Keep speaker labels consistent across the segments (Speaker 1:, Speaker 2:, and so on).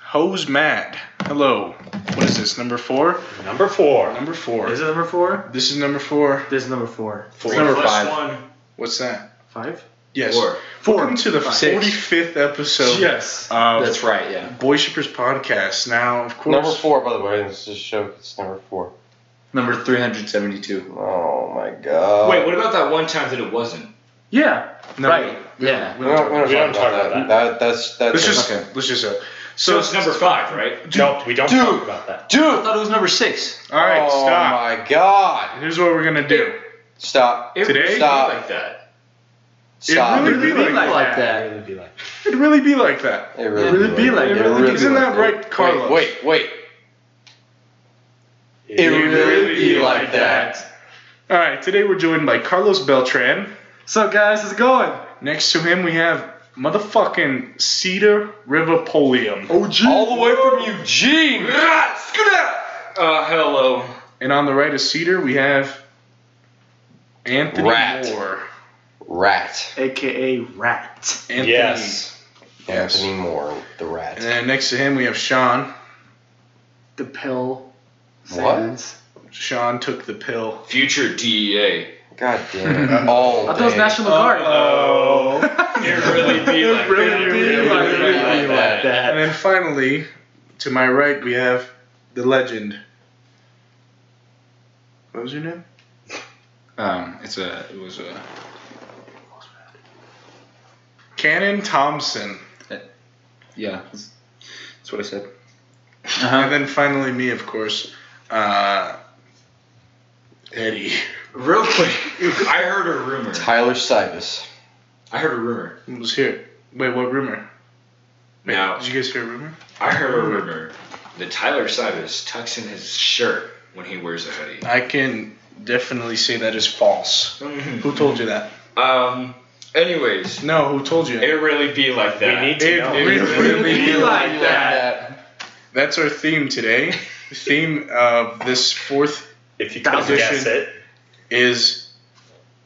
Speaker 1: Hose Mad. Hello. What is this? Number four?
Speaker 2: Number four.
Speaker 1: Number four.
Speaker 3: Is it number four?
Speaker 1: This is number four.
Speaker 3: This is number four.
Speaker 2: Four.
Speaker 1: Number
Speaker 2: Plus
Speaker 4: five.
Speaker 2: One.
Speaker 1: What's that?
Speaker 3: Five?
Speaker 1: Yes.
Speaker 4: Four.
Speaker 1: Welcome to the
Speaker 4: Six.
Speaker 1: 45th episode
Speaker 3: yes.
Speaker 1: of
Speaker 4: That's right, yeah.
Speaker 1: Boy Shippers Podcast. Now, of course,
Speaker 5: Number four, by the way. This is show. It's number four.
Speaker 4: Number 372.
Speaker 5: Oh my god.
Speaker 2: Wait, what about that one time that it wasn't?
Speaker 3: Yeah.
Speaker 1: No,
Speaker 3: right.
Speaker 1: we don't-
Speaker 4: Yeah.
Speaker 1: we
Speaker 5: We
Speaker 1: don't
Speaker 5: don't, we
Speaker 1: talk-
Speaker 2: We
Speaker 5: don't talk,
Speaker 2: don't
Speaker 5: about,
Speaker 2: talk
Speaker 5: that.
Speaker 2: about
Speaker 5: that. That's that's
Speaker 1: Let's
Speaker 5: just-
Speaker 1: just let's just uh,
Speaker 2: So
Speaker 1: so,
Speaker 2: it's number five, right? No, we don't
Speaker 5: Dude.
Speaker 2: talk about that.
Speaker 4: I
Speaker 5: dude.
Speaker 4: thought it was number six.
Speaker 1: all right.
Speaker 5: oh
Speaker 1: Stop.
Speaker 5: my god.
Speaker 1: Here's what we're gonna do.
Speaker 5: Stop.
Speaker 2: It
Speaker 1: Today?
Speaker 2: would be
Speaker 5: Stop.
Speaker 2: like that.
Speaker 5: Stop.
Speaker 1: really be
Speaker 4: Really
Speaker 1: like
Speaker 4: like
Speaker 2: It
Speaker 4: that.
Speaker 2: would be like
Speaker 1: It'd really be like that.
Speaker 5: It
Speaker 4: It
Speaker 5: really
Speaker 4: really
Speaker 5: be like
Speaker 4: be
Speaker 5: that.
Speaker 4: like that.
Speaker 5: be
Speaker 1: Isn't
Speaker 5: like
Speaker 1: that right, Carlos?
Speaker 5: Wait, wait.
Speaker 2: It,
Speaker 5: would really be like
Speaker 1: All right. Today we're joined by Carlos Beltran.
Speaker 3: So guys, how's it going?
Speaker 1: Next to him we have motherfucking Cedar River Polium.
Speaker 4: Oh, gee.
Speaker 5: All the way from Eugene.
Speaker 2: Ah, scoot out! Uh, hello.
Speaker 1: And on the right of Cedar we have Anthony
Speaker 5: Rat.
Speaker 1: Moore.
Speaker 5: Rat.
Speaker 3: AKA Rat.
Speaker 1: Anthony.
Speaker 2: Yes.
Speaker 1: Yes.
Speaker 5: Anthony Moore, the rat.
Speaker 1: And then next to him we have Sean.
Speaker 3: The pill.
Speaker 5: What?
Speaker 3: Sands.
Speaker 1: Sean took the pill.
Speaker 4: Future
Speaker 2: E
Speaker 4: DEA.
Speaker 5: God damn it. All
Speaker 3: I thought it was
Speaker 5: day.
Speaker 3: National Guard.
Speaker 2: It really be like
Speaker 1: It really
Speaker 2: that.
Speaker 1: be
Speaker 2: It
Speaker 1: like
Speaker 2: really be
Speaker 1: that.
Speaker 2: like that.
Speaker 1: And then finally, to my right we have the legend. What was your name?
Speaker 4: Um, it's a, it was a,
Speaker 1: Cannon Thompson.
Speaker 4: yeah. That's, that's what I said.
Speaker 5: Uh-huh.
Speaker 1: And then finally me, of course. Uh, Eddie.
Speaker 2: Real quick, I heard a rumor.
Speaker 5: Tyler Sivas.
Speaker 2: I heard a rumor.
Speaker 1: It was here. Wait, what rumor? Wait,
Speaker 2: Now,
Speaker 1: Did you guys hear a rumor?
Speaker 2: I heard a rumor that Tyler Sivas tucks in his shirt when he wears a hoodie.
Speaker 1: I can definitely say that is false. Who told you that?
Speaker 2: Um. Anyways,
Speaker 1: No, who told you?
Speaker 2: it really be like that.
Speaker 1: It really
Speaker 3: Be like that.
Speaker 1: That's our theme today. The theme of this fourth
Speaker 2: If you
Speaker 1: could guess
Speaker 2: it,
Speaker 1: is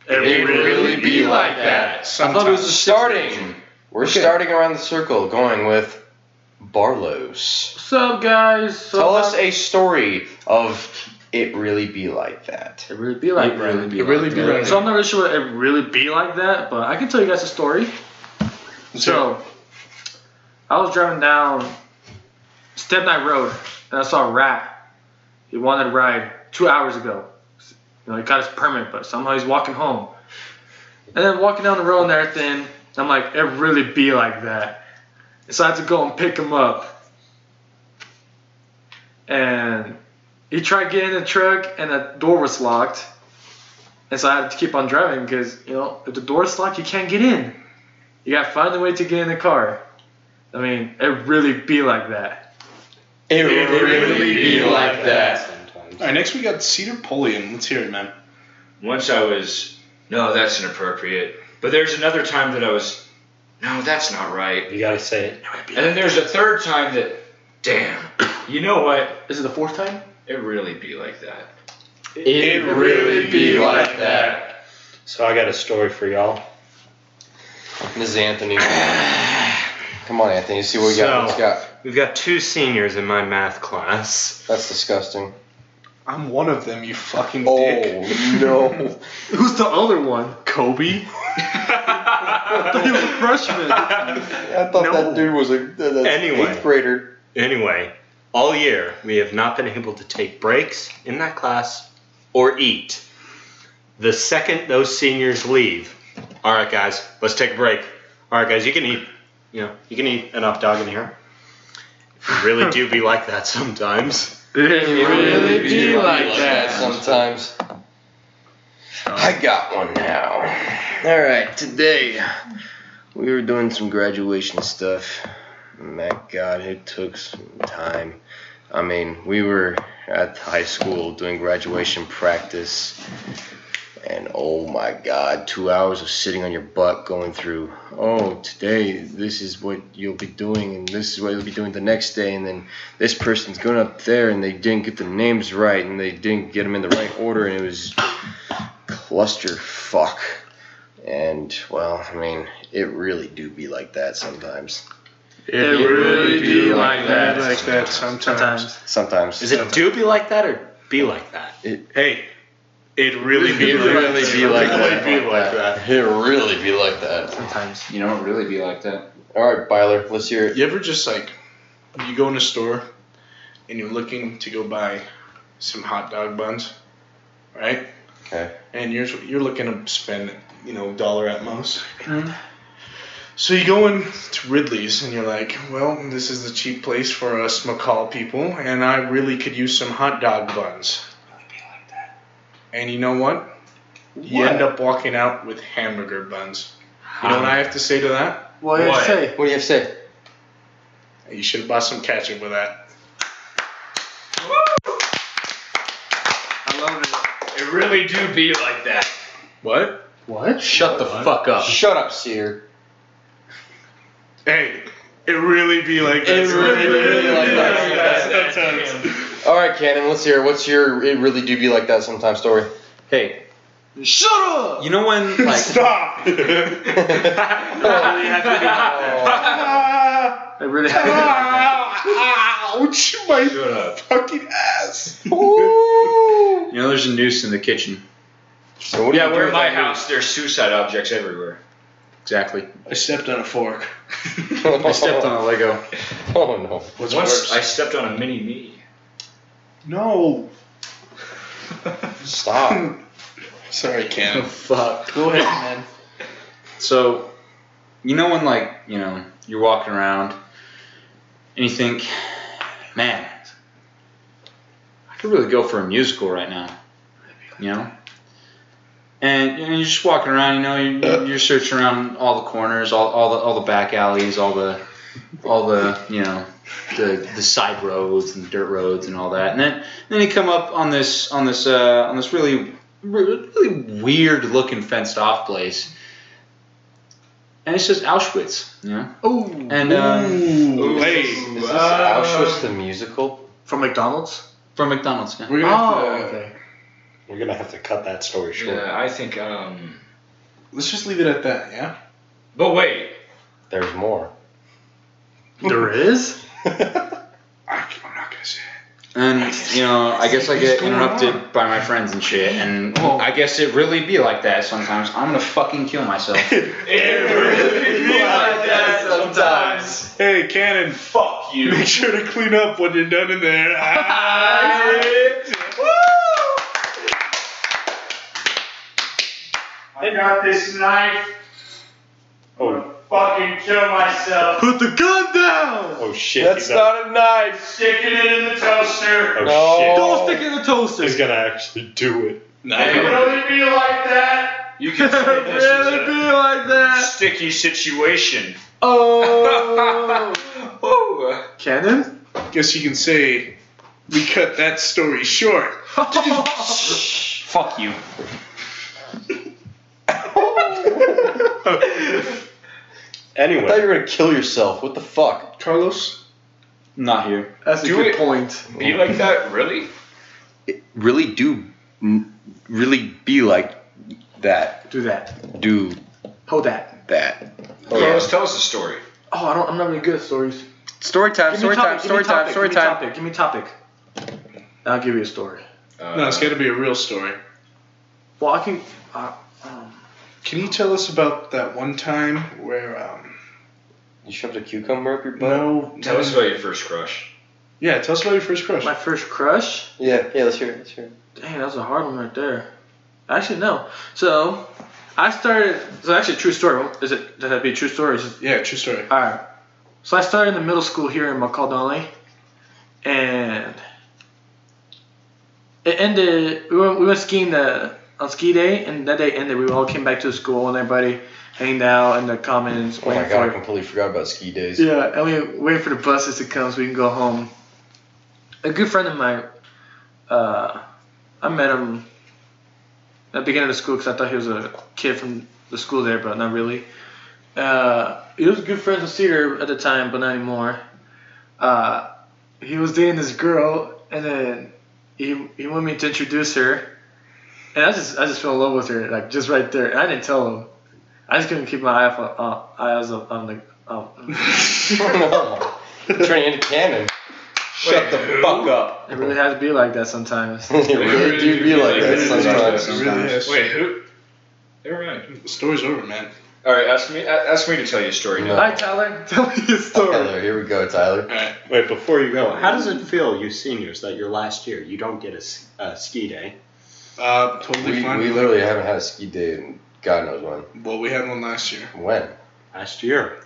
Speaker 3: It
Speaker 5: really be like
Speaker 3: that.
Speaker 5: I thought it
Speaker 1: sometimes.
Speaker 5: was a starting. We're
Speaker 1: Okay.
Speaker 5: starting around the circle, going with Barlow's.
Speaker 3: What's up, guys? So
Speaker 5: Tell
Speaker 1: uh,
Speaker 5: us a story of it really be like that.
Speaker 3: It really be like that.
Speaker 1: It really be like
Speaker 3: So I'm not really sure what it really be like that, but I can tell you guys a story. So I was driving down Stepnight Road and I saw a rat. He wanted a ride two hours ago. You know, he got his permit, but somehow he's walking home. And then walking down the road and everything, I'm like, it really be like that. And so I had to go and pick him up. And he tried getting in the truck and the door was locked. And so I had to keep on driving because, you know, if the door's locked, you can't get in. You gotta find a way to get in the car. I mean, it really be like that.
Speaker 5: It,
Speaker 1: really be
Speaker 5: like that.
Speaker 1: All right, next we got Cedar Pulliam. Let's hear it, man.
Speaker 2: once I was, no, that's inappropriate. But there's another time that I was, no, that's not right.
Speaker 6: You gotta say it.
Speaker 2: And then there's a third time that, damn, you know what?
Speaker 3: Is it the fourth time?
Speaker 2: It really be like that.
Speaker 5: It really be like that.
Speaker 6: So I got a story for y'all.
Speaker 5: This is Anthony. Come on, Anthony. See what we got. What's got.
Speaker 6: We've got two seniors in my math class.
Speaker 5: That's disgusting.
Speaker 1: I'm one of them, you fucking
Speaker 5: Oh
Speaker 1: dick.
Speaker 5: no.
Speaker 3: Who's the other one?
Speaker 1: Kobe?
Speaker 3: I thought he was a freshman.
Speaker 5: I thought that dude was a that- that's
Speaker 6: Anyway.
Speaker 5: eighth grader.
Speaker 6: Anyway, all year we have not been able to take breaks in that class or eat. The second those seniors leave, all right, guys, let's take a break. All right, guys, you can eat. You know, you can eat enough dog in here. You really do be like that sometimes.
Speaker 3: It really be like that.
Speaker 5: sometimes. I got one now. All right, today we were doing some graduation stuff. My God, it took some time. I mean, we were at the high school doing graduation practice, and oh my God, two hours of sitting on your butt going through. Oh, today this is what you'll be doing, and this is what you'll be doing the next day, and then this person's going up there and they didn't get the names right and they didn't get them in the right order and it was cluster fuck and well i mean it really do be like that sometimes
Speaker 3: It really be like that
Speaker 1: that sometimes.
Speaker 3: sometimes.
Speaker 5: Sometimes.
Speaker 6: Is it do be like that or be like that?
Speaker 1: Hey, it really
Speaker 5: It
Speaker 1: be like
Speaker 5: really be like that.
Speaker 6: Really be like that.
Speaker 5: It really be like that.
Speaker 3: Sometimes.
Speaker 4: You know, it really be like that.
Speaker 5: All right, Byler, let's hear it.
Speaker 1: You ever just like you go in a store and you're looking to go buy some hot dog buns, right?
Speaker 5: Okay.
Speaker 1: And you're you're looking to spend you know dollar at most. So you go in to Ridley's and you're like, well, this is the cheap place for us McCall people, and I really could use some hot dog buns. And you know what? You end up walking out with hamburger buns. You know what I have to say to that?
Speaker 3: Well, you
Speaker 2: What?
Speaker 3: say
Speaker 5: What do you have to say?
Speaker 1: You should have bought some ketchup with that.
Speaker 3: I love it.
Speaker 2: It really do be like that.
Speaker 1: What?
Speaker 3: What?
Speaker 6: Shut the fuck up.
Speaker 5: Shut up, Seer.
Speaker 1: Hey, it really be like
Speaker 5: It
Speaker 1: this.
Speaker 5: really be like that. All right, Cannon, let's hear it. What's your it really do be like that sometimes story?
Speaker 6: Hey,
Speaker 3: Shut up!
Speaker 6: you know when like
Speaker 1: Stop.
Speaker 5: Oh,
Speaker 3: I really have
Speaker 1: Ouch! My
Speaker 2: Shut up.
Speaker 1: fucking ass.
Speaker 5: Ooh.
Speaker 4: You know, there's a noose in the kitchen.
Speaker 5: So what do
Speaker 2: Yeah,
Speaker 5: you do
Speaker 2: we're in
Speaker 5: with
Speaker 2: my
Speaker 5: that
Speaker 2: house. There's suicide objects everywhere.
Speaker 4: Exactly.
Speaker 1: I stepped on a fork.
Speaker 5: noose?
Speaker 4: I stepped on a Lego.
Speaker 5: Oh no.
Speaker 1: What's
Speaker 2: Once
Speaker 1: worse?
Speaker 2: I stepped on a mini me.
Speaker 1: No.
Speaker 5: Stop.
Speaker 1: Sorry, Cam.
Speaker 4: Fuck.
Speaker 3: Go ahead, man.
Speaker 4: So, you know when like you know you're walking around and you think, man, I could really go for a musical right now, you know. And you know, you're just walking around, you know, you're, you're searching around all the corners, all, all the all the back alleys, all the all the you know the the side roads and dirt roads and all that, and then then you come up on this on this uh, on this really really weird looking fenced off place and it's just Auschwitz, you know.
Speaker 3: Ooh.
Speaker 4: And um,
Speaker 1: Ooh, hey,
Speaker 5: Is this
Speaker 1: uh,
Speaker 5: Auschwitz the musical?
Speaker 3: From McDonald's?
Speaker 4: from McDonald's, yeah.
Speaker 1: We're gonna
Speaker 5: Oh,
Speaker 1: have to,
Speaker 3: okay.
Speaker 6: we're gonna have to cut that story short.
Speaker 2: Yeah, I think. um...
Speaker 1: Let's just leave it at that, yeah?
Speaker 2: But wait,
Speaker 5: There's more.
Speaker 3: There is?
Speaker 1: I, I'm not gonna say
Speaker 4: And you know, I guess I get
Speaker 1: What's going
Speaker 4: interrupted by my friends and shit, and I guess it really be like that sometimes. I'm gonna fucking kill myself.
Speaker 1: it. Hey, Cannon, fuck you. Make sure to clean up when you're done in there. Ah, I
Speaker 7: I got this knife. I'm gonna fucking kill myself.
Speaker 3: Put the gun down!
Speaker 6: Oh shit.
Speaker 5: That's
Speaker 6: he's up-
Speaker 5: not a knife.
Speaker 7: Sticking it in the toaster.
Speaker 6: Oh
Speaker 5: No.
Speaker 3: Don't stick it in the toaster!
Speaker 6: shit. He's gonna actually do it.
Speaker 7: It really be like that.
Speaker 2: you can say this
Speaker 3: really
Speaker 2: is
Speaker 3: be like
Speaker 2: a
Speaker 3: that!
Speaker 2: sticky situation.
Speaker 3: Oh!
Speaker 2: Oh,
Speaker 3: Cannon?
Speaker 1: guess you can say we cut that story short.
Speaker 4: Fuck you.
Speaker 5: I thought
Speaker 6: Anyway,
Speaker 5: you were gonna kill yourself. What the fuck?
Speaker 1: Carlos,
Speaker 4: Not here.
Speaker 3: That's a
Speaker 2: Do
Speaker 3: good
Speaker 2: it.
Speaker 3: point.
Speaker 2: be like that, really?
Speaker 5: Really do, n- really be like that.
Speaker 3: Do that.
Speaker 5: Do
Speaker 3: Hold that.
Speaker 5: that.
Speaker 1: Oh,
Speaker 2: Carlos, tell us a story.
Speaker 3: Oh, I don't, I'm not any good at stories.
Speaker 5: Story
Speaker 3: Give
Speaker 5: time.
Speaker 3: me
Speaker 5: Story time.
Speaker 3: topic, give me
Speaker 5: Story time.
Speaker 3: topic, give
Speaker 5: Story
Speaker 3: me
Speaker 5: time.
Speaker 3: topic, give me topic. And I'll give you a story.
Speaker 2: Uh,
Speaker 1: no, it's got to be a real story.
Speaker 3: Well, I can. Uh, um,
Speaker 1: Can you tell us about that one time where um
Speaker 5: You shoved a cucumber up your butt.
Speaker 1: no
Speaker 2: Tell us about your first crush.
Speaker 1: yeah tell us about your first crush.
Speaker 3: my first crush?
Speaker 5: Yeah. Yeah. Let's hear it. Let's hear it.
Speaker 3: Dang, that's a hard one right there. Actually, no. So, I started. So, actually, true story. Is it? Does that be a true story? Or is it,
Speaker 1: Yeah, true story.
Speaker 3: all right. So, I started in the middle school here in McCall Donnelly, and it ended. We went, we went skiing the on ski day, and that day ended. We all came back to school, and everybody hanged out in the commons.
Speaker 5: Oh my
Speaker 3: waiting for
Speaker 5: god! I
Speaker 3: it.
Speaker 5: completely forgot about ski days.
Speaker 3: Yeah, and we wait for the buses to come so we can go home. A good friend of mine, uh, I met him at the beginning of the school because I thought he was a kid from the school there, but not really. Uh, he was good friends with Cedar at the time, but not anymore. Uh, he was dating this girl, and then he, he wanted me to introduce her, and I just I just fell in love with her like just right there, and I didn't tell him. I just couldn't keep my eye off, uh, eyes on on the um,
Speaker 5: Turning into cannon. Shut the
Speaker 2: who?
Speaker 5: fuck up.
Speaker 3: It really has to be like that sometimes.
Speaker 5: it really do be like that
Speaker 2: Really?
Speaker 5: sometimes.
Speaker 1: It really is.
Speaker 2: Wait, who? Never mind.
Speaker 1: The story's over, man.
Speaker 2: All right, ask me. a- Ask me to tell you a story. now.
Speaker 3: Hi, Tyler. Tell me your story.
Speaker 5: Tyler, here we go, Tyler.
Speaker 1: All right.
Speaker 6: Wait, before you go, how does it feel, you seniors, that your last year you don't get a, s- a ski day?
Speaker 1: Uh,
Speaker 5: We,
Speaker 1: totally fine.
Speaker 5: we literally haven't had a ski day in God knows when.
Speaker 1: well, we had one last year.
Speaker 5: When?
Speaker 6: Last year.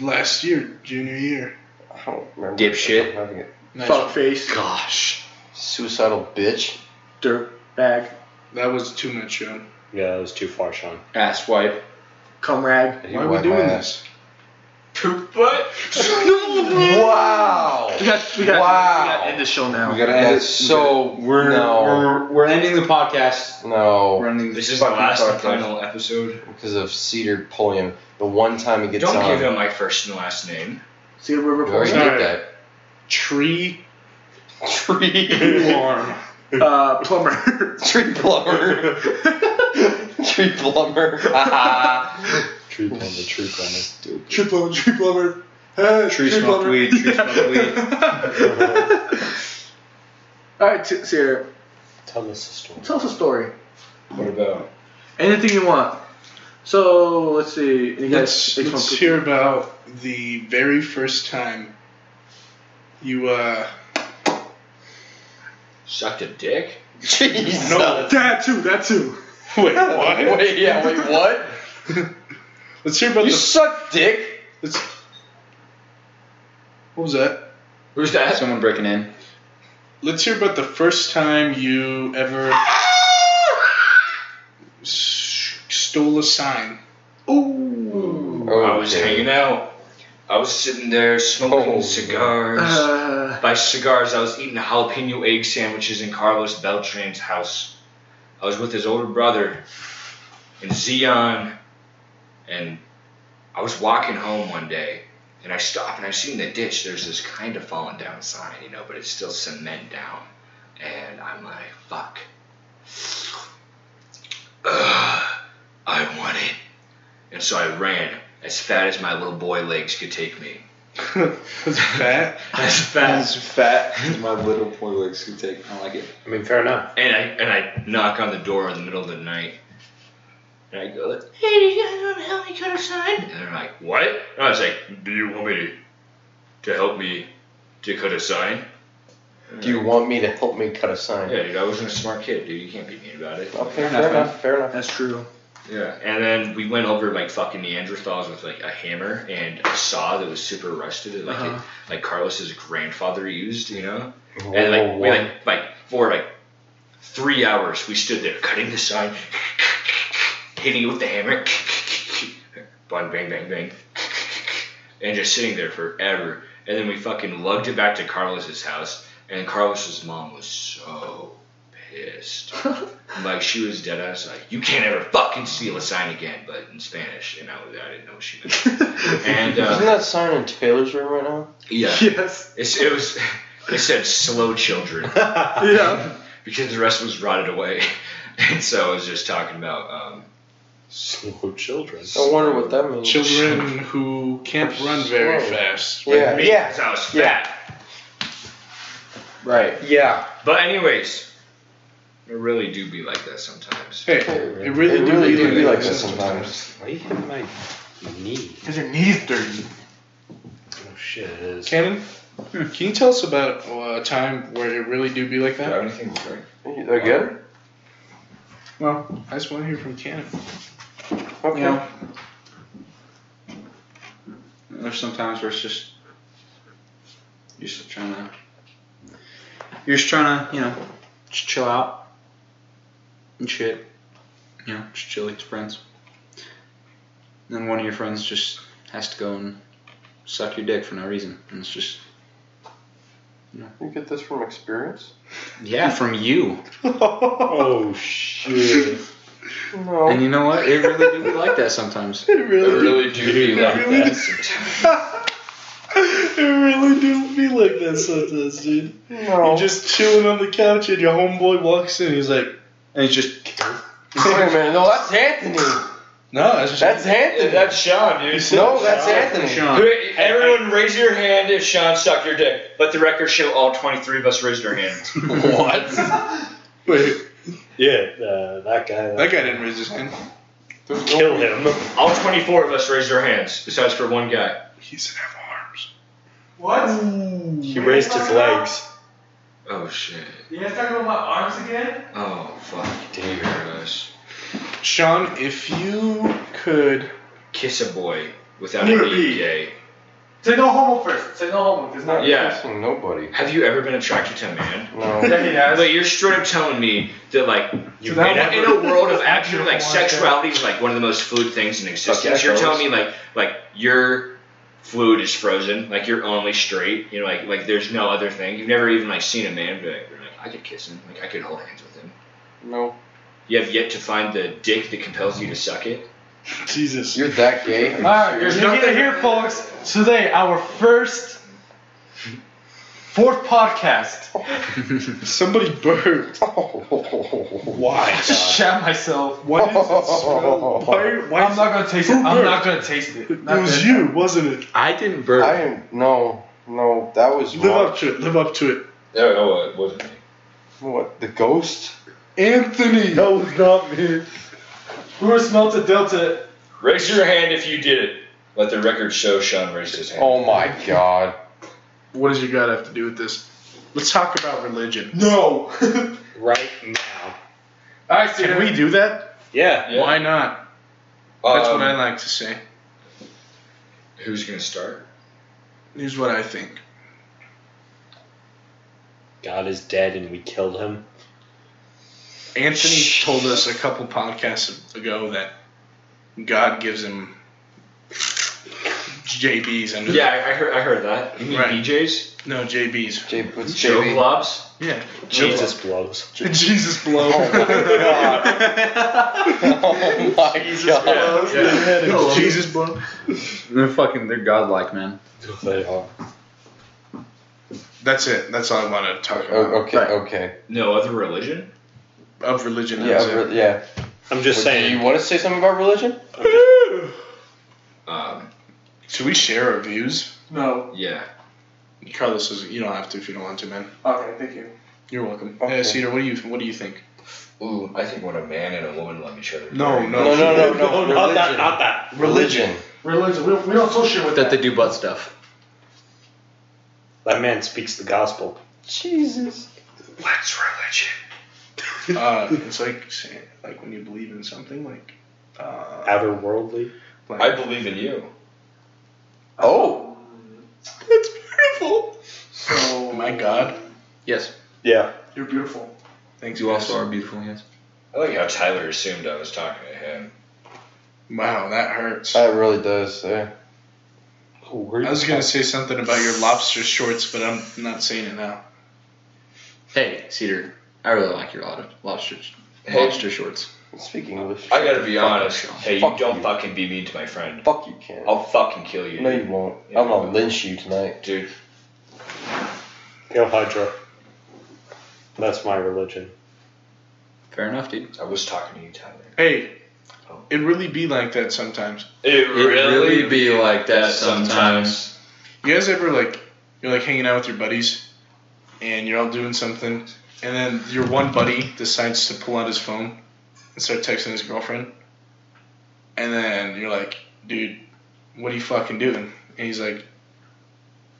Speaker 1: Last year, junior year.
Speaker 5: I don't remember.
Speaker 2: Dipshit.
Speaker 5: Having a
Speaker 1: Nice.
Speaker 3: Fuck face.
Speaker 6: Gosh.
Speaker 5: suicidal bitch.
Speaker 3: Dirt bag.
Speaker 1: That was too much, Sean.
Speaker 6: Yeah, that was too far, Sean.
Speaker 2: Ass wipe.
Speaker 3: Cum rag.
Speaker 5: He
Speaker 1: Why are we
Speaker 5: wiped my
Speaker 1: doing
Speaker 5: ass.
Speaker 1: this?
Speaker 2: Poop butt.
Speaker 5: Wow.
Speaker 3: We got, we got,
Speaker 5: Wow.
Speaker 3: we got to end the show now.
Speaker 5: We gotta
Speaker 4: And
Speaker 5: end it
Speaker 4: it's-
Speaker 5: so
Speaker 4: We're,
Speaker 5: no
Speaker 4: we're we're ending the podcast.
Speaker 5: no
Speaker 4: We're ending
Speaker 2: This
Speaker 4: the
Speaker 2: is the
Speaker 4: fucking
Speaker 2: last and
Speaker 4: podcast.
Speaker 2: final episode.
Speaker 5: because of Cedar pulling him. The one time he gets
Speaker 2: Don't
Speaker 5: on,
Speaker 2: give him my first and last name.
Speaker 3: See the river
Speaker 5: we already
Speaker 3: porn.
Speaker 5: did that.
Speaker 1: Tree
Speaker 5: Tree
Speaker 1: alarm.
Speaker 3: Uh, plumber.
Speaker 5: tree plumber, tree plumber.
Speaker 4: Tree plumber, tree plumber.
Speaker 1: tree plumber. Tree plumber. Hey,
Speaker 4: Tree smoked
Speaker 1: plumber.
Speaker 4: weed, tree smoked weed.
Speaker 3: All right, t- Sierra,
Speaker 6: Tell us a story.
Speaker 3: tell us a story.
Speaker 2: What about?
Speaker 3: Anything you want. So let's see. You
Speaker 1: Let's,
Speaker 3: guys,
Speaker 1: let's hear about the very first time you uh
Speaker 2: Sucked a dick.
Speaker 5: Jesus.
Speaker 3: That too. That too.
Speaker 1: wait what?
Speaker 5: Wait, yeah, wait, what?
Speaker 1: Let's hear about
Speaker 5: You
Speaker 1: the
Speaker 5: suck, dick.
Speaker 1: let's, What was that?
Speaker 2: Who's that?
Speaker 4: Someone breaking in.
Speaker 1: Let's hear about the first time you ever
Speaker 4: Ah!
Speaker 1: s- stole a sign.
Speaker 3: Ooh.
Speaker 5: Oh,
Speaker 2: I was hanging out. I was sitting there smoking
Speaker 5: Oh.
Speaker 2: cigars.
Speaker 3: Uh,
Speaker 2: By cigars, I was eating jalapeno egg sandwiches in Carlos Beltran's house. I was with his older brother and Zeon, and I was walking home one day, and I stopped and I see in the ditch there's this kind of fallen down sign, you know, but it's still cement down. And I'm like, fuck. Ugh, I want it. And so I ran as fat as my little boy legs could take me.
Speaker 1: That's fat.
Speaker 2: As fast.
Speaker 4: fat. My little poor legs could take. I like it.
Speaker 6: I mean, fair enough.
Speaker 2: And I and I knock on the door in the middle of the night. And I go, Hey, you guys want to help me cut a sign? And they're like, What? And I was like, Do you want me to help me to cut a sign?
Speaker 5: Do you want me to help me cut a sign?
Speaker 2: Yeah, dude, I wasn't a smart kid, dude. You can't be mean about it.
Speaker 5: Okay, fair,
Speaker 4: enough, man.
Speaker 5: enough. Fair enough.
Speaker 3: that's true.
Speaker 2: Yeah. And then we went over like fucking Neanderthals with like a hammer and a saw that was super rusted, and, like it-
Speaker 3: Uh-huh.
Speaker 2: like Carlos's grandfather used, you know. And like we
Speaker 5: Whoa,
Speaker 2: like like for like three hours we stood there cutting the sign, hitting it with the hammer, bang bang bang bang, and just sitting there forever. And then we fucking lugged it back to Carlos's house, and Carlos's mom was so pissed. like she was dead ass like, you can't ever fucking steal a sign again, but in Spanish, and I, was- I didn't know what she meant. and
Speaker 5: Isn't
Speaker 2: uh,
Speaker 5: that sign in Taylor's room right now?
Speaker 2: yeah,
Speaker 3: yes.
Speaker 2: it's, it was. It said slow children
Speaker 3: Yeah.
Speaker 2: because the rest was rotted away. And so I was just talking about um,
Speaker 6: Slow children.
Speaker 5: I wonder what that means.
Speaker 1: Children who can't run very
Speaker 5: Slow.
Speaker 1: fast.
Speaker 5: Yeah,
Speaker 2: me
Speaker 5: yeah,
Speaker 2: 'cause I was
Speaker 5: yeah.
Speaker 2: fat.
Speaker 5: right, yeah.
Speaker 2: But anyways, I really do be like that sometimes.
Speaker 1: Hey, it really,
Speaker 5: It
Speaker 1: do
Speaker 5: really
Speaker 1: be
Speaker 5: do be
Speaker 1: like
Speaker 5: like that sometimes.
Speaker 6: Why you hitting my knee?
Speaker 3: Cause your knees dirty.
Speaker 6: Oh shit, it is.
Speaker 1: Cannon,
Speaker 3: Hmm.
Speaker 1: can you tell us about uh, a time where it really do be like
Speaker 2: Do you
Speaker 1: that?
Speaker 2: have anything to drink?
Speaker 5: Again?
Speaker 1: Well, I just want to hear from Cannon.
Speaker 5: Okay.
Speaker 4: You know, there's some times where it's just you're just trying to you're just trying to you know just chill out and shit. You know, just chill with your friends. And then one of your friends just has to go and suck your dick for no reason, and it's just
Speaker 5: You get this from experience?
Speaker 4: yeah from you.
Speaker 6: Oh shit.
Speaker 5: No.
Speaker 4: And you know what? It really do be like that sometimes.
Speaker 1: It really,
Speaker 2: really do be like that sometimes.
Speaker 1: it really do be like that sometimes, dude.
Speaker 5: no.
Speaker 1: You're just chilling on the couch and your homeboy walks in. He's like,
Speaker 4: And it's just
Speaker 5: Wait a minute. No, that's Anthony.
Speaker 1: No, that's just
Speaker 5: That's Anthony.
Speaker 2: That's Sean, dude.
Speaker 5: no, that's Anthony.
Speaker 2: Hey, Everyone raise your hand if Sean sucked your dick. Let the record show all 23 of us raised our hands.
Speaker 1: what? Wait,
Speaker 6: Yeah, uh, that guy.
Speaker 1: that guy didn't raise his hand.
Speaker 6: Kill him.
Speaker 2: All 24 of us raised our hands, besides for one guy.
Speaker 1: He doesn't have arms.
Speaker 7: What?
Speaker 6: He raised his legs.
Speaker 2: Oh, shit.
Speaker 7: You guys talking about my arms again?
Speaker 2: Oh, fuck. Dear us.
Speaker 1: Sean, if you could,
Speaker 2: Kiss a boy without
Speaker 7: You're
Speaker 2: an
Speaker 7: a bee.
Speaker 2: EK.
Speaker 7: Say no homo first. Say no homo. Cause not.
Speaker 2: Yeah.
Speaker 5: Nobody.
Speaker 2: Have you ever been attracted to a man?
Speaker 5: No.
Speaker 7: Yeah, he has.
Speaker 2: But you're straight up telling me that, like,
Speaker 6: You
Speaker 7: that
Speaker 6: made
Speaker 7: one-
Speaker 6: it.
Speaker 2: in a world of actually
Speaker 7: Wonderful
Speaker 2: like sexuality is like one of the most fluid things in existence.
Speaker 5: Okay,
Speaker 2: You're
Speaker 5: fellas.
Speaker 2: telling me like like your fluid is frozen, like you're only straight. You know, like like there's no other thing. You've never even like seen a man be like, you're like, I could kiss him, like I could hold hands with him.
Speaker 5: No.
Speaker 2: You have yet to find the dick that compels you to suck it.
Speaker 1: Jesus.
Speaker 5: You're that gay.
Speaker 3: All right,
Speaker 2: There's
Speaker 3: you get
Speaker 2: nothing-
Speaker 3: it here, folks. Today, our first, fourth
Speaker 1: Oh
Speaker 3: podcast.
Speaker 1: Somebody burped. Why?
Speaker 3: Shat myself.
Speaker 1: What is it smell? Why? why
Speaker 3: I'm not gonna taste it.
Speaker 1: Who
Speaker 3: I'm
Speaker 1: burped?
Speaker 3: not gonna taste it. Not
Speaker 1: it was
Speaker 3: good.
Speaker 1: you, wasn't it?
Speaker 4: I didn't burp.
Speaker 5: I am no, no. That was
Speaker 1: Live up
Speaker 5: Mark.
Speaker 1: to it. Live up to
Speaker 2: No, no, it wasn't me.
Speaker 5: What? The ghost?
Speaker 1: it. Anthony.
Speaker 5: That was not me.
Speaker 3: Whoever smelt it, dealt it.
Speaker 2: Raise your hand if you did it. Let the record show Sean raised his hand.
Speaker 5: Oh my god.
Speaker 1: What does your God have to do with this? Let's talk about religion.
Speaker 3: No. All
Speaker 6: right now.
Speaker 3: right, Steven.
Speaker 1: Can we do that?
Speaker 6: Yeah.
Speaker 2: Yeah. Um,
Speaker 1: Why not? That's what I like to say.
Speaker 2: Who's gonna start?
Speaker 1: Here's what I think.
Speaker 6: God is dead and we killed him.
Speaker 1: Anthony told us a couple podcasts ago that God gives him JBs under
Speaker 2: Yeah, I, I heard. I heard that. You mean
Speaker 1: Right.
Speaker 2: BJ's?
Speaker 1: the, no JBs.
Speaker 5: Jay, what's
Speaker 2: Joe
Speaker 5: Jay?
Speaker 2: Blobs?
Speaker 1: Yeah.
Speaker 6: Jesus blows.
Speaker 1: Jesus blow.
Speaker 5: Oh my god.
Speaker 2: Yeah, yeah.
Speaker 1: Oh, Jesus blow.
Speaker 4: They're fucking. They're godlike, man.
Speaker 6: They are.
Speaker 1: That's it. That's all I want to talk about.
Speaker 5: Oh, okay,
Speaker 4: Right.
Speaker 5: okay.
Speaker 2: No other religion.
Speaker 1: Of religion.
Speaker 5: Yeah,
Speaker 1: That's
Speaker 5: re- yeah.
Speaker 6: I'm just
Speaker 5: Do you
Speaker 6: saying.
Speaker 5: want to say something about religion?
Speaker 1: it.
Speaker 2: Um,
Speaker 1: Should we share our views?
Speaker 3: No.
Speaker 2: Yeah.
Speaker 1: Carlos is. You don't have to if you don't want to, man.
Speaker 3: Okay, thank you.
Speaker 1: You're welcome.
Speaker 5: Okay.
Speaker 1: Yeah, Cedar. What do you What do you think?
Speaker 2: Ooh, I think when a man and a woman love each other.
Speaker 1: No, no.
Speaker 5: No, no, no, no.
Speaker 6: No, not that. Not that.
Speaker 5: Religion.
Speaker 3: Religion. We, we don't associate with
Speaker 4: That
Speaker 3: that.
Speaker 4: they do butt stuff.
Speaker 6: That man speaks the gospel.
Speaker 5: Jesus.
Speaker 2: What's religion?
Speaker 1: Uh, it's like saying- like when you believe in something like. Uh,
Speaker 6: Otherworldly.
Speaker 1: like
Speaker 2: I believe in you.
Speaker 5: Oh.
Speaker 1: That's beautiful.
Speaker 3: So
Speaker 1: Oh my God.
Speaker 4: Yes.
Speaker 6: Yeah.
Speaker 3: You're beautiful.
Speaker 1: Thanks.
Speaker 4: You
Speaker 1: guys.
Speaker 4: also are beautiful. Yes.
Speaker 2: I like how Tyler assumed I was talking to him.
Speaker 1: Wow, that hurts.
Speaker 5: That really does. eh? Yeah.
Speaker 1: I was gonna say something about your lobster shorts, but I'm not saying it now.
Speaker 4: Hey, Cedar. I really like your lo- lobster
Speaker 2: Hey.
Speaker 4: lobster shorts.
Speaker 5: Speak English.
Speaker 2: I gotta be honest.
Speaker 4: Sean.
Speaker 2: Hey, you
Speaker 5: Fuck
Speaker 2: don't
Speaker 5: you.
Speaker 2: fucking be mean to my friend.
Speaker 5: Fuck you, Ken.
Speaker 2: I'll fucking kill you,
Speaker 5: No, you won't. I'm gonna lynch you tonight.
Speaker 2: dude.
Speaker 6: Go Hydra. That's my religion.
Speaker 4: Fair enough, dude.
Speaker 2: I was talking to you, Tyler.
Speaker 1: Hey,
Speaker 4: Oh.
Speaker 1: it really be like that sometimes.
Speaker 2: It
Speaker 4: be like that
Speaker 1: You guys ever like you're like hanging out with your buddies, and you're all doing something, and then your one buddy decides to pull out his phone and start texting his girlfriend, and then you're like, dude, what are you fucking doing? And he's like,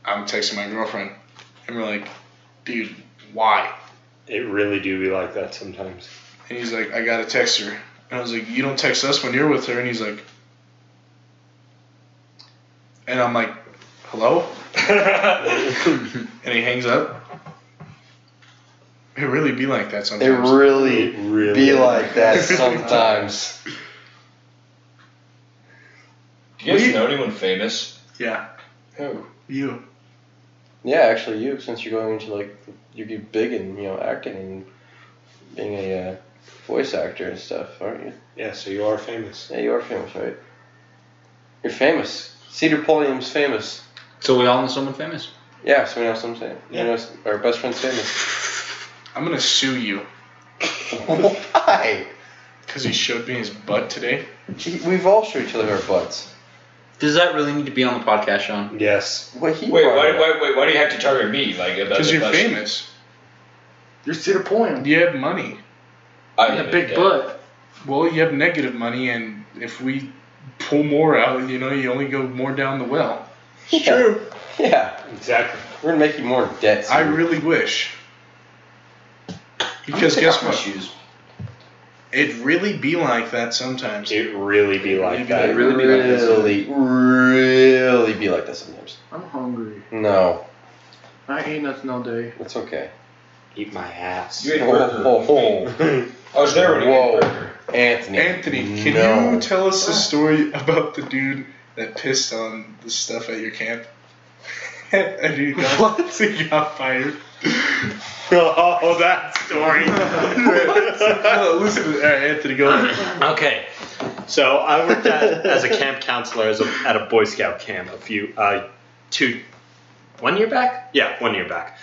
Speaker 1: I'm texting my girlfriend, and we're like, dude, why?
Speaker 6: It really do be like that sometimes.
Speaker 1: And he's like, I gotta text her. And I was like, You don't text us when you're with her. And he's like, And I'm like, Hello? And he hangs up. It really be like that
Speaker 5: It
Speaker 1: sometimes.
Speaker 5: really
Speaker 6: It really
Speaker 5: be like that sometimes.
Speaker 2: Do you guys
Speaker 1: We-
Speaker 2: know anyone famous?
Speaker 1: yeah.
Speaker 2: Who?
Speaker 1: You.
Speaker 5: Yeah, actually, you since you're going into like you get big and you know acting and being a uh, voice actor and stuff, aren't you?
Speaker 6: Yeah. So you are famous.
Speaker 5: Yeah, you are famous, right? You're famous. Cedar Pulliam's famous.
Speaker 4: So we all know someone famous.
Speaker 5: Yeah, so we know some saying.
Speaker 6: Yeah.
Speaker 5: You know, s- our best friend's famous.
Speaker 1: I'm gonna sue you.
Speaker 5: Why?
Speaker 1: Because he showed me his butt today.
Speaker 5: We've all showed each other our butts.
Speaker 4: Does that really need to be on the podcast, Sean?
Speaker 6: Yes.
Speaker 5: What he
Speaker 2: Wait,
Speaker 5: brought
Speaker 2: why,
Speaker 5: it up.
Speaker 2: why, wait, why do you have to target me? Like about
Speaker 1: Because
Speaker 2: the
Speaker 1: you're
Speaker 2: bus-
Speaker 1: famous.
Speaker 3: You're Cedar Point.
Speaker 1: You have money.
Speaker 3: You
Speaker 2: I
Speaker 3: got a
Speaker 2: mean,
Speaker 3: big
Speaker 2: yeah.
Speaker 3: butt.
Speaker 1: Well, you have negative money, and if we pull more out, you know, you only go more down the well.
Speaker 5: Yeah. Yeah,
Speaker 6: Exactly.
Speaker 5: we're gonna make you more debt.
Speaker 1: I
Speaker 5: soon.
Speaker 1: really wish.
Speaker 5: I'm
Speaker 1: Because
Speaker 5: gonna
Speaker 1: guess
Speaker 5: take off my
Speaker 1: what?
Speaker 5: Shoes.
Speaker 1: It really be like that sometimes.
Speaker 6: It really be like that.
Speaker 5: I'd really be like this. Really, really be like that sometimes.
Speaker 3: I'm hungry.
Speaker 5: No,
Speaker 3: I ain't nothing all day.
Speaker 5: it's okay.
Speaker 6: Eat my ass.
Speaker 2: You ate a burger.
Speaker 5: Oh, oh,
Speaker 2: I was there when you ate
Speaker 5: Whoa.
Speaker 2: a burger.
Speaker 5: oh. Anthony.
Speaker 1: Anthony, can
Speaker 5: no.
Speaker 1: you tell us the story about the dude that pissed on the stuff at your camp? and he got, he got fired.
Speaker 6: Oh, that story.
Speaker 1: no, listen, all right, Anthony, go ahead.
Speaker 6: okay. So I worked at, as a camp counselor as a, at a Boy Scout camp a few, uh, two, one year back? Yeah, one year back.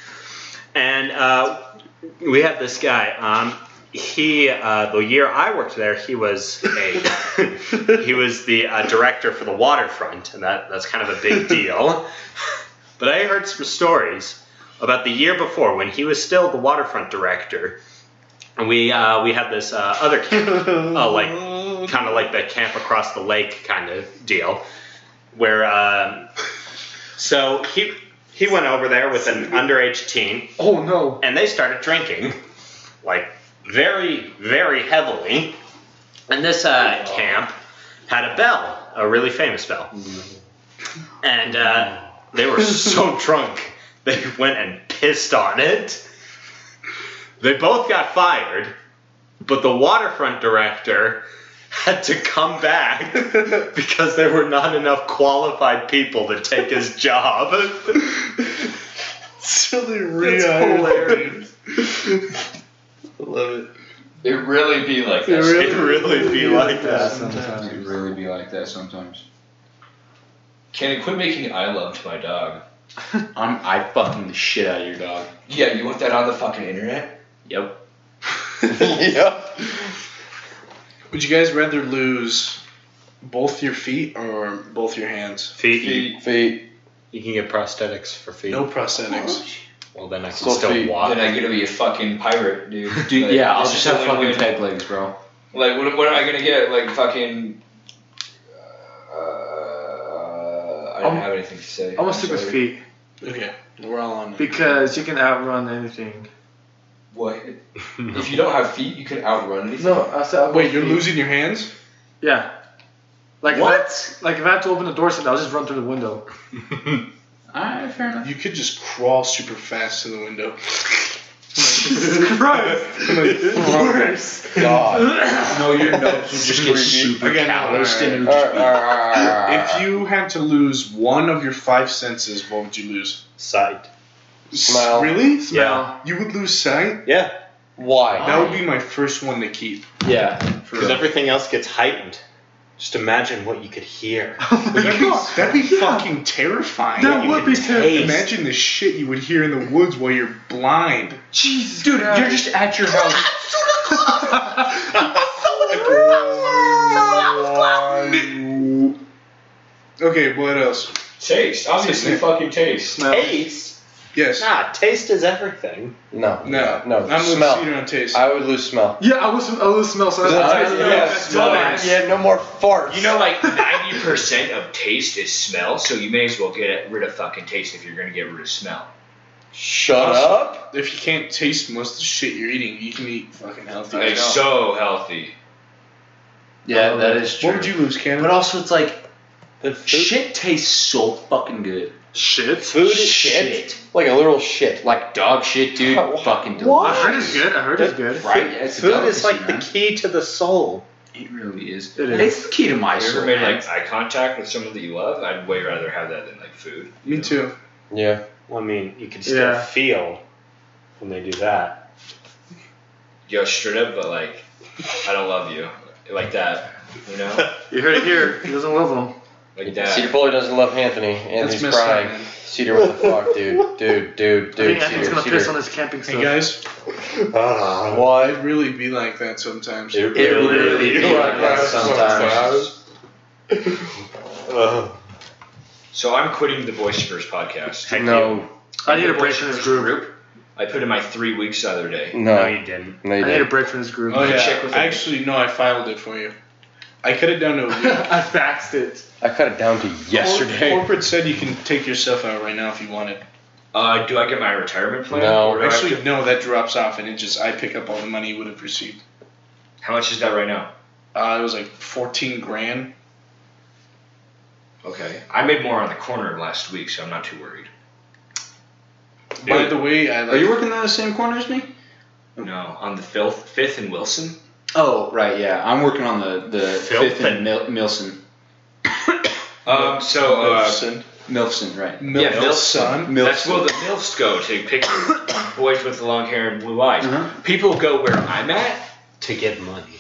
Speaker 6: And uh, we had this guy. Um, he, uh, the year I worked there, he was a, he was the uh, director for the waterfront, and that, that's kind of a big deal. but I heard some stories about the year before when he was still the waterfront director. And we uh, we had this uh, other camp, uh, like kind of like the camp across the lake kind of deal, where um, so he he went over there with an underage teen
Speaker 3: Oh no.
Speaker 6: and they started drinking, like very very heavily. And this uh, camp had a bell, a really famous bell, and uh, they were so drunk they went and pissed on it. They both got fired, but the waterfront director had to come back because there were not enough qualified people to take his job.
Speaker 1: so they
Speaker 6: It's hilarious.
Speaker 1: Love it.
Speaker 2: It really be like that.
Speaker 6: It really be like that.
Speaker 4: Sometimes it really be like that sometimes.
Speaker 2: Can you quit making I love to my dog?
Speaker 4: I'm I fucking the shit out of your dog.
Speaker 2: Yeah, you want that on the fucking internet?
Speaker 4: Yep.
Speaker 5: yep.
Speaker 1: Would you guys rather lose both your feet or both your hands?
Speaker 6: Feet. You,
Speaker 2: Feet.
Speaker 5: Feet.
Speaker 6: you can get prosthetics for feet.
Speaker 1: No prosthetics.
Speaker 6: Well, then I can
Speaker 5: Still
Speaker 6: still
Speaker 5: feet.
Speaker 6: walk.
Speaker 2: Then I get to be a fucking pirate, dude.
Speaker 4: Dude,
Speaker 2: Like,
Speaker 4: yeah, I'll
Speaker 2: it's
Speaker 4: just
Speaker 2: a
Speaker 4: have fucking
Speaker 2: win-win.
Speaker 4: peg legs, bro.
Speaker 2: Like, what, what am I gonna get? Like, fucking. Uh, I don't
Speaker 3: I'm-
Speaker 2: have anything to say.
Speaker 3: I'm gonna
Speaker 2: I'm
Speaker 3: stick with
Speaker 2: sorry.
Speaker 3: feet
Speaker 1: Okay, we're all on it.
Speaker 3: because you can outrun anything.
Speaker 2: What? If you don't have feet, you can outrun anything.
Speaker 3: No, I said. I'll go
Speaker 1: Wait, you're
Speaker 3: feet.
Speaker 1: losing your hands?
Speaker 3: Yeah. Like
Speaker 2: What?
Speaker 3: If I, like if I had to open the door, I'll just run through the window.
Speaker 4: Alright, fair enough.
Speaker 1: You could just crawl super fast to the window.
Speaker 3: Christ.
Speaker 5: God.
Speaker 2: no, your nose would just get
Speaker 4: super
Speaker 1: Again,
Speaker 4: calloused
Speaker 1: alright.
Speaker 4: and it would
Speaker 5: All right, all
Speaker 4: just be-
Speaker 5: right, all right, all right, all
Speaker 1: If
Speaker 5: right.
Speaker 1: you had to lose one of your five senses, what would you lose?
Speaker 6: Side.
Speaker 1: S-
Speaker 5: Smell.
Speaker 1: Really?
Speaker 3: Smell.
Speaker 1: You would lose sight?
Speaker 6: Yeah.
Speaker 5: why?
Speaker 1: That would be my first one to keep.
Speaker 4: Yeah.
Speaker 1: For
Speaker 6: Because everything else gets heightened. Just imagine what you could hear.
Speaker 3: Oh my
Speaker 1: that'd be,
Speaker 3: God.
Speaker 1: that'd be
Speaker 3: Yeah.
Speaker 1: fucking terrifying.
Speaker 3: That
Speaker 6: you
Speaker 3: would be
Speaker 6: can
Speaker 3: terrible.
Speaker 6: taste.
Speaker 1: Imagine the shit you would hear in the woods while you're blind.
Speaker 3: Jesus,
Speaker 4: Dude,
Speaker 3: Christ.
Speaker 4: you're just at your house.
Speaker 1: Okay, what else?
Speaker 2: Taste, obviously, fucking taste.
Speaker 3: Smell.
Speaker 6: Taste?
Speaker 1: Yes.
Speaker 6: Nah, taste is everything.
Speaker 5: No.
Speaker 1: No.
Speaker 5: No.
Speaker 1: I'm
Speaker 5: smell.
Speaker 1: with Cedar on taste.
Speaker 5: I would lose smell.
Speaker 3: Yeah, I was I was smell. So that's
Speaker 5: Yeah,
Speaker 3: that's-
Speaker 5: yeah,
Speaker 3: that's
Speaker 2: smell.
Speaker 3: dumbass.
Speaker 5: Yeah, no more farts.
Speaker 2: You know, like ninety percent of taste is smell, so you may as well get rid of fucking taste if you're gonna get rid of smell.
Speaker 5: Shut up.
Speaker 1: if you can't taste most of the shit you're eating, you can eat fucking healthy.
Speaker 2: Like so healthy.
Speaker 4: Yeah, that is true.
Speaker 1: what would you lose,
Speaker 4: But
Speaker 1: Canada?
Speaker 4: also it's like
Speaker 6: The food,
Speaker 4: shit tastes so fucking good.
Speaker 3: Shit.
Speaker 5: Food is shit. Like a literal shit.
Speaker 4: Like dog shit, dude.
Speaker 5: What?
Speaker 4: Fucking
Speaker 3: I
Speaker 4: delicious.
Speaker 5: What?
Speaker 3: heard it's good. I heard it's good.
Speaker 4: Right? Yeah, it's a
Speaker 6: food is like
Speaker 4: delicacy,
Speaker 6: the
Speaker 4: man.
Speaker 6: key to the soul.
Speaker 4: It really is.
Speaker 3: It
Speaker 4: It's the key to my
Speaker 2: Have you
Speaker 4: soul.
Speaker 2: ever made
Speaker 4: man.
Speaker 2: like eye contact with someone that you love? I'd way rather have that than like food.
Speaker 1: Me too.
Speaker 5: Yeah.
Speaker 6: Well, I mean, you can still
Speaker 3: Yeah.
Speaker 6: feel when they do that.
Speaker 2: Yo, straight up, but like, I don't love you like that. You know,
Speaker 3: You heard it here. He doesn't love them.
Speaker 2: like
Speaker 5: Cedar
Speaker 2: that.
Speaker 5: Buller doesn't love Anthony. Anthony's
Speaker 1: That's messed
Speaker 5: crying.
Speaker 1: up.
Speaker 5: Cedar with the fuck, dude. Dude,
Speaker 3: I
Speaker 5: dude, dude,
Speaker 3: think I think it's
Speaker 5: Cedar,
Speaker 3: gonna piss on
Speaker 5: Cedar.
Speaker 3: this camping stuff.
Speaker 1: Hey guys,
Speaker 6: Ah.
Speaker 1: I
Speaker 5: Why?
Speaker 1: really be like that sometimes. Oh,
Speaker 5: It really be like that sometimes.
Speaker 6: Uh,
Speaker 2: So I'm quitting the Voice First podcast.
Speaker 5: No,
Speaker 3: I need a break
Speaker 2: Voice
Speaker 3: from this
Speaker 2: First
Speaker 3: group.
Speaker 2: I put in my three weeks the other day.
Speaker 6: no,
Speaker 5: no,
Speaker 6: you didn't.
Speaker 5: no, you
Speaker 3: I need a
Speaker 5: didn't.
Speaker 3: break from this group.
Speaker 1: Oh yeah.
Speaker 2: Check with it.
Speaker 1: Actually, no, I filed it for you. I cut it down to a week.
Speaker 3: I faxed it.
Speaker 5: I cut it down to yesterday.
Speaker 1: Corporate said you can take yourself out right now if you wanted.
Speaker 2: Uh, do I get my retirement plan?
Speaker 5: No.
Speaker 2: Or do I have
Speaker 1: Actually,
Speaker 2: to-
Speaker 1: no, that drops off, and it just I pick up all the money you would have received.
Speaker 2: how much is that right now?
Speaker 1: Uh, it was like fourteen grand.
Speaker 2: Okay. I made more on the corner last week, so I'm not too worried.
Speaker 1: By the way, I like,
Speaker 4: Are you working in the same corner as me?
Speaker 2: No, on the fifth, fifth and Wilson.
Speaker 4: Oh, right, yeah. I'm working on the, the fifth and Mil- Milson.
Speaker 2: Um, so uh,
Speaker 1: Milson.
Speaker 4: Milson, right.
Speaker 2: yeah,
Speaker 1: Milson.
Speaker 2: that's
Speaker 4: Milson.
Speaker 2: where the milfs go to pick boys with long hair and blue eyes.
Speaker 4: Uh-huh.
Speaker 2: People go where I'm at.
Speaker 6: To get money.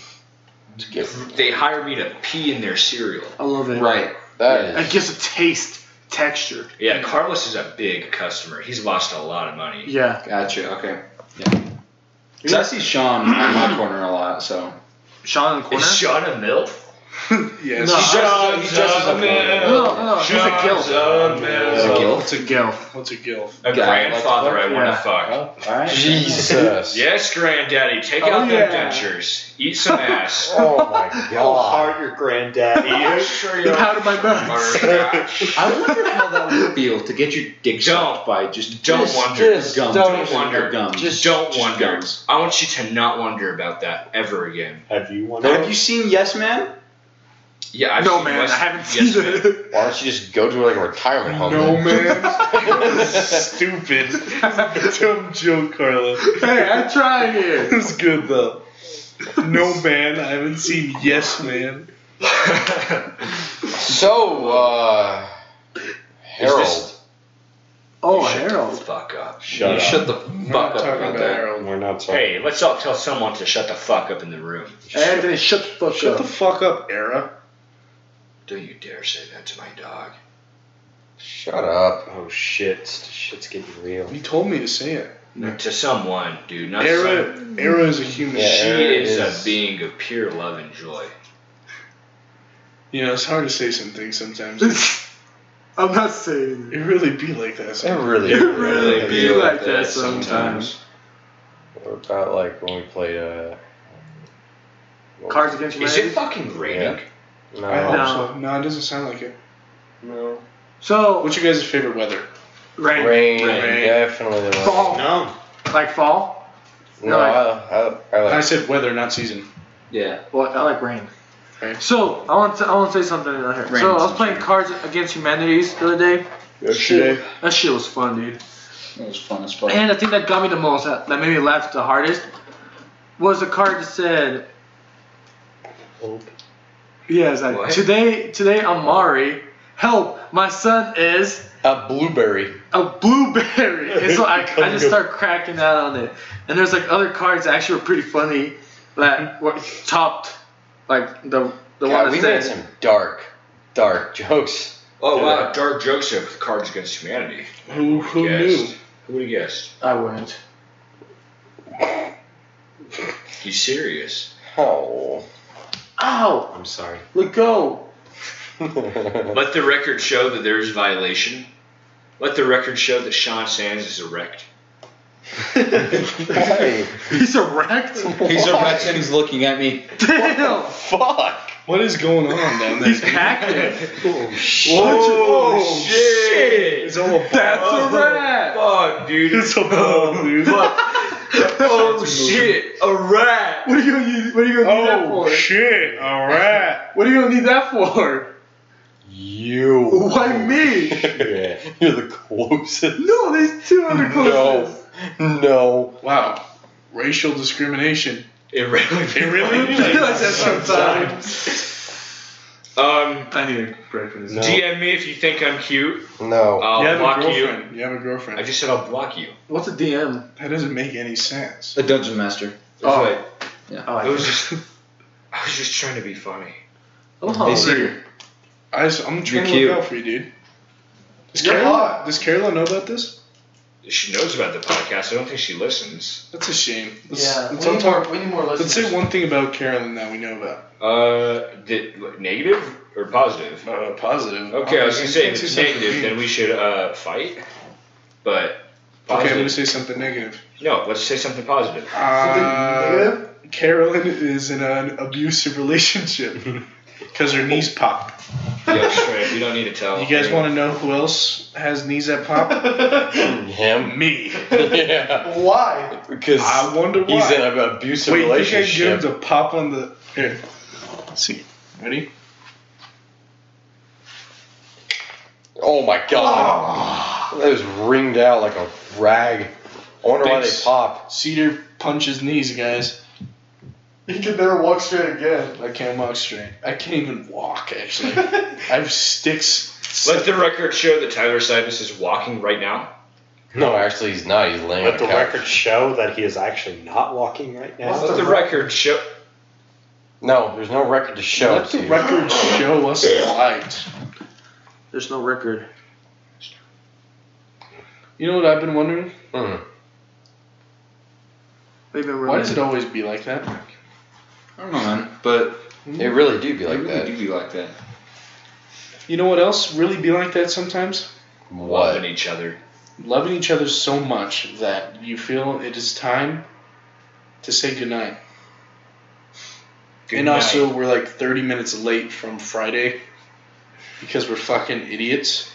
Speaker 2: They hire me to pee in their cereal.
Speaker 3: I love it.
Speaker 4: Right.
Speaker 5: That
Speaker 3: It
Speaker 5: is.
Speaker 3: gives a taste, texture.
Speaker 2: Yeah, Carlos is a big customer. He's lost a lot of money.
Speaker 3: Yeah.
Speaker 4: Gotcha, okay. Yeah. 'Cause I see Sean on my corner a lot, so.
Speaker 3: Sean in the corner.
Speaker 2: Is Sean a milf?
Speaker 1: Yes.
Speaker 3: No, I-
Speaker 2: Sean, he's just a
Speaker 3: no, no, no. She's a kill.
Speaker 1: It's
Speaker 4: a gilf?
Speaker 1: It's a
Speaker 3: Gilf.
Speaker 1: gilf. What's a gilf?
Speaker 2: A
Speaker 4: Guy I like to
Speaker 2: grandfather
Speaker 4: fuck?
Speaker 2: I want to
Speaker 3: Yeah.
Speaker 2: fuck.
Speaker 4: Alright.
Speaker 5: Jesus.
Speaker 2: Yes, granddaddy, take
Speaker 3: Oh,
Speaker 2: out
Speaker 3: yeah.
Speaker 2: them dentures. Eat some ass.
Speaker 5: Oh my god.
Speaker 6: Hard your granddaddy.
Speaker 2: Are you sure
Speaker 3: Get
Speaker 2: you're
Speaker 3: out of my mouth.
Speaker 2: murderer?
Speaker 4: I wonder how that would feel to get your dick
Speaker 2: Don't.
Speaker 4: sucked by just
Speaker 2: Don't
Speaker 4: just,
Speaker 2: wonder.
Speaker 4: Just gums.
Speaker 5: Don't
Speaker 2: wonder.
Speaker 4: Gums.
Speaker 2: Just don't
Speaker 4: just
Speaker 2: wonder.
Speaker 4: gums.
Speaker 2: I want you to not wonder about that ever again.
Speaker 6: Have you won?
Speaker 4: Have you seen Yes Man?
Speaker 2: Yeah, I've
Speaker 3: No
Speaker 2: seen
Speaker 3: man, I
Speaker 2: West-
Speaker 3: haven't
Speaker 2: yes,
Speaker 3: seen
Speaker 2: man.
Speaker 3: it.
Speaker 5: Why don't you just go to like a retirement home? then?
Speaker 1: man. Stupid. Dumb joke, Carla.
Speaker 3: hey, I tried
Speaker 1: It
Speaker 3: here.
Speaker 1: was good though. No man, I haven't seen Yes Man.
Speaker 5: So, uh, Harold.
Speaker 2: this-
Speaker 3: Oh,
Speaker 2: Shut the
Speaker 3: Harold.
Speaker 2: Fuck up.
Speaker 6: Shut
Speaker 4: you
Speaker 6: up.
Speaker 4: shut the
Speaker 1: We're
Speaker 4: fuck
Speaker 1: not
Speaker 4: up
Speaker 1: talking
Speaker 4: about
Speaker 1: about
Speaker 4: that.
Speaker 1: Harold.
Speaker 6: We're not sorry.
Speaker 2: Hey, let's all tell someone to shut the fuck up in the room.
Speaker 3: Anthony, shut the fuck
Speaker 1: Shut
Speaker 3: up.
Speaker 1: the fuck up, Era.
Speaker 2: Don't you dare say that to my dog.
Speaker 5: Shut up.
Speaker 6: Oh shit! Shit's getting real.
Speaker 1: You told me to say it.
Speaker 2: To someone, dude. Not some-
Speaker 1: Era, Era is a human.
Speaker 5: Yeah.
Speaker 2: She
Speaker 5: Era
Speaker 2: is,
Speaker 5: is-
Speaker 2: a being of pure love and joy.
Speaker 1: You know, it's hard to say some things sometimes. It
Speaker 3: I'm not saying it.
Speaker 1: really be like that.
Speaker 5: It
Speaker 1: sometimes.
Speaker 5: really,
Speaker 3: It really
Speaker 5: really
Speaker 3: be
Speaker 5: is.
Speaker 3: like that sometimes.
Speaker 5: What about like when we played uh? what-
Speaker 3: Cards Against
Speaker 2: Is it
Speaker 3: Humanity.
Speaker 2: fucking raining?
Speaker 5: No.
Speaker 1: I hope
Speaker 3: No.
Speaker 1: so. No, it doesn't sound like it.
Speaker 5: no.
Speaker 3: So,
Speaker 1: What's your guys' favorite weather?
Speaker 3: rain, Oh,
Speaker 5: Rain,
Speaker 1: Rain.
Speaker 5: definitely. the rain.
Speaker 3: Fall.
Speaker 6: No.
Speaker 3: like fall.
Speaker 5: No, I, I, I
Speaker 1: I
Speaker 5: like.
Speaker 1: said weather, not season.
Speaker 4: Yeah.
Speaker 3: Well, I like rain.
Speaker 1: Rain.
Speaker 3: So I want to I want to say something out here.
Speaker 4: Rain
Speaker 3: so I was
Speaker 4: sounds
Speaker 3: playing Cards Against Humanities the other day.
Speaker 5: Yesterday.
Speaker 3: That shit was fun, dude.
Speaker 4: That was fun as fuck.
Speaker 3: And the thing that got me the most, that that made me laugh the hardest, was a card that said, "Yeah, it's like
Speaker 2: What?
Speaker 3: today, today Amari, help, my son is."
Speaker 5: A Uh, blueberry.
Speaker 3: a blueberry. And so I, I just start cracking out on it. And there's like other cards that actually were pretty funny that were topped like the the
Speaker 5: God,
Speaker 3: one
Speaker 5: we
Speaker 3: that
Speaker 5: made
Speaker 3: said
Speaker 5: some dark, dark jokes.
Speaker 2: Oh wow,
Speaker 6: Yeah.
Speaker 2: dark jokes there with Cards Against Humanity.
Speaker 1: Who, who knew?
Speaker 2: Guessed. Who would have guessed?
Speaker 3: I wouldn't.
Speaker 2: He's serious.
Speaker 5: Oh.
Speaker 3: Ow!
Speaker 6: I'm sorry.
Speaker 3: Let go.
Speaker 2: Let the record show that there is violation. Let the record show that Sean Sands is erect.
Speaker 5: Hey,
Speaker 3: He's erect.
Speaker 4: He's erect and he's looking at me.
Speaker 3: Damn.
Speaker 5: fuck.
Speaker 1: What is going on down there?
Speaker 3: He's active.
Speaker 1: Oh,
Speaker 2: shit!
Speaker 1: It's all a
Speaker 3: That's a
Speaker 2: Oh,
Speaker 3: rat.
Speaker 2: Fuck, dude.
Speaker 1: It's all a dude.
Speaker 2: oh shit, a rat.
Speaker 3: What are you gonna use, what are you gonna need that
Speaker 1: Oh,
Speaker 3: for?
Speaker 1: shit. All right.
Speaker 3: What are you gonna need that for?
Speaker 5: You.
Speaker 3: Why me?
Speaker 5: Yeah, you're the closest.
Speaker 3: No, there's two other
Speaker 5: No.
Speaker 3: closest.
Speaker 5: No.
Speaker 1: Wow. Racial discrimination.
Speaker 2: It really,
Speaker 1: It really
Speaker 3: I realize that sometimes.
Speaker 2: Um,
Speaker 3: I need a break from this.
Speaker 5: No.
Speaker 2: DM me if you think I'm cute.
Speaker 5: No.
Speaker 2: I'll
Speaker 1: you have a
Speaker 2: block you.
Speaker 1: girlfriend. You. have a girlfriend.
Speaker 2: I just said I'll block you.
Speaker 3: What's a DM?
Speaker 1: that doesn't make any sense.
Speaker 4: A dungeon master.
Speaker 3: Oh.
Speaker 2: It's like,
Speaker 3: Oh,
Speaker 2: I was just, I was just trying to be funny.
Speaker 3: I'm
Speaker 4: They see
Speaker 3: hungry.
Speaker 4: you.
Speaker 1: Oh, I just, I'm trying to
Speaker 4: cute.
Speaker 1: look out for you, dude. Does
Speaker 3: You're
Speaker 1: Carla, does Carla know about this?
Speaker 2: She knows about the podcast. I don't think she listens.
Speaker 1: That's a shame. Let's,
Speaker 3: yeah,
Speaker 1: let's,
Speaker 3: we
Speaker 1: all
Speaker 3: need,
Speaker 1: talk-
Speaker 3: more, we need more
Speaker 1: let's
Speaker 3: listeners.
Speaker 1: say one thing about Carolyn that we know about.
Speaker 2: Uh, did, what, negative or positive?
Speaker 1: Uh, positive.
Speaker 2: Okay, I was gonna say if
Speaker 1: Let's
Speaker 2: it's
Speaker 1: do something
Speaker 2: negative, then
Speaker 1: mean.
Speaker 2: we should uh fight. But
Speaker 1: Okay, I'm
Speaker 2: positive.
Speaker 1: gonna say something negative.
Speaker 2: no, let's say something positive.
Speaker 1: Uh, Carolyn is in an abusive relationship because her knees pop.
Speaker 2: yeah, sure. We don't need to tell.
Speaker 1: You guys want to know who else has knees that pop?
Speaker 5: Him?
Speaker 1: Me.
Speaker 5: yeah.
Speaker 3: Why?
Speaker 5: Because
Speaker 1: I wonder why.
Speaker 5: he's in an abusive
Speaker 1: Wait, you think I
Speaker 5: relationship.
Speaker 1: give him the pop on the here? Let's see. Ready?
Speaker 5: oh my god.
Speaker 1: Ah.
Speaker 5: That was ringed out like a rag. I wonder
Speaker 1: Thanks.
Speaker 5: why they pop.
Speaker 1: Cedar punches knees, guys.
Speaker 3: You can never walk straight again.
Speaker 1: I can't walk straight. I can't even walk actually. I have sticks.
Speaker 2: Let the record show that Tyler Cybus is walking right now.
Speaker 5: No, actually, he's not. He's laying
Speaker 6: Let
Speaker 5: on
Speaker 6: the
Speaker 5: the couch.
Speaker 6: record show that he is actually not walking right now.
Speaker 2: Let the record show.
Speaker 5: No, there's no record to show.
Speaker 1: Let the
Speaker 5: Steve.
Speaker 1: records show us light.
Speaker 3: There's no record.
Speaker 1: You know what I've been wondering?
Speaker 5: Mm.
Speaker 3: Maybe we're
Speaker 1: Why does it always be like that? Hmm.
Speaker 4: I don't know, man. But
Speaker 5: They really do be like
Speaker 2: Maybe
Speaker 5: that.
Speaker 2: we do be like that.
Speaker 1: You know what else really be like that sometimes?
Speaker 5: What?
Speaker 2: Loving each other.
Speaker 1: Loving each other so much that you feel it is time to say goodnight.
Speaker 2: Good
Speaker 1: and
Speaker 2: night.
Speaker 1: also, we're like 30 minutes late from Friday because we're fucking idiots.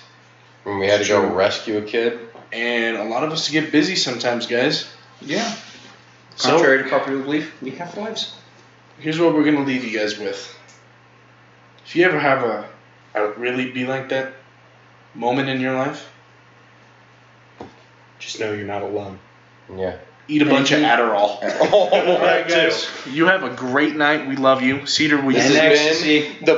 Speaker 5: When we had to
Speaker 1: True.
Speaker 5: go rescue a kid?
Speaker 1: And a lot of us get busy sometimes, guys.
Speaker 4: yeah,
Speaker 1: So,
Speaker 4: to popular belief, we have lives.
Speaker 1: here's what we're going to leave you guys with. If you ever have a, a really be like that moment in your life,
Speaker 6: Just know you're not alone.
Speaker 5: Yeah.
Speaker 1: eat a bunch of Adderall.
Speaker 5: Oh,
Speaker 1: You have a great night. We love you. Cedar, will you
Speaker 5: This has been the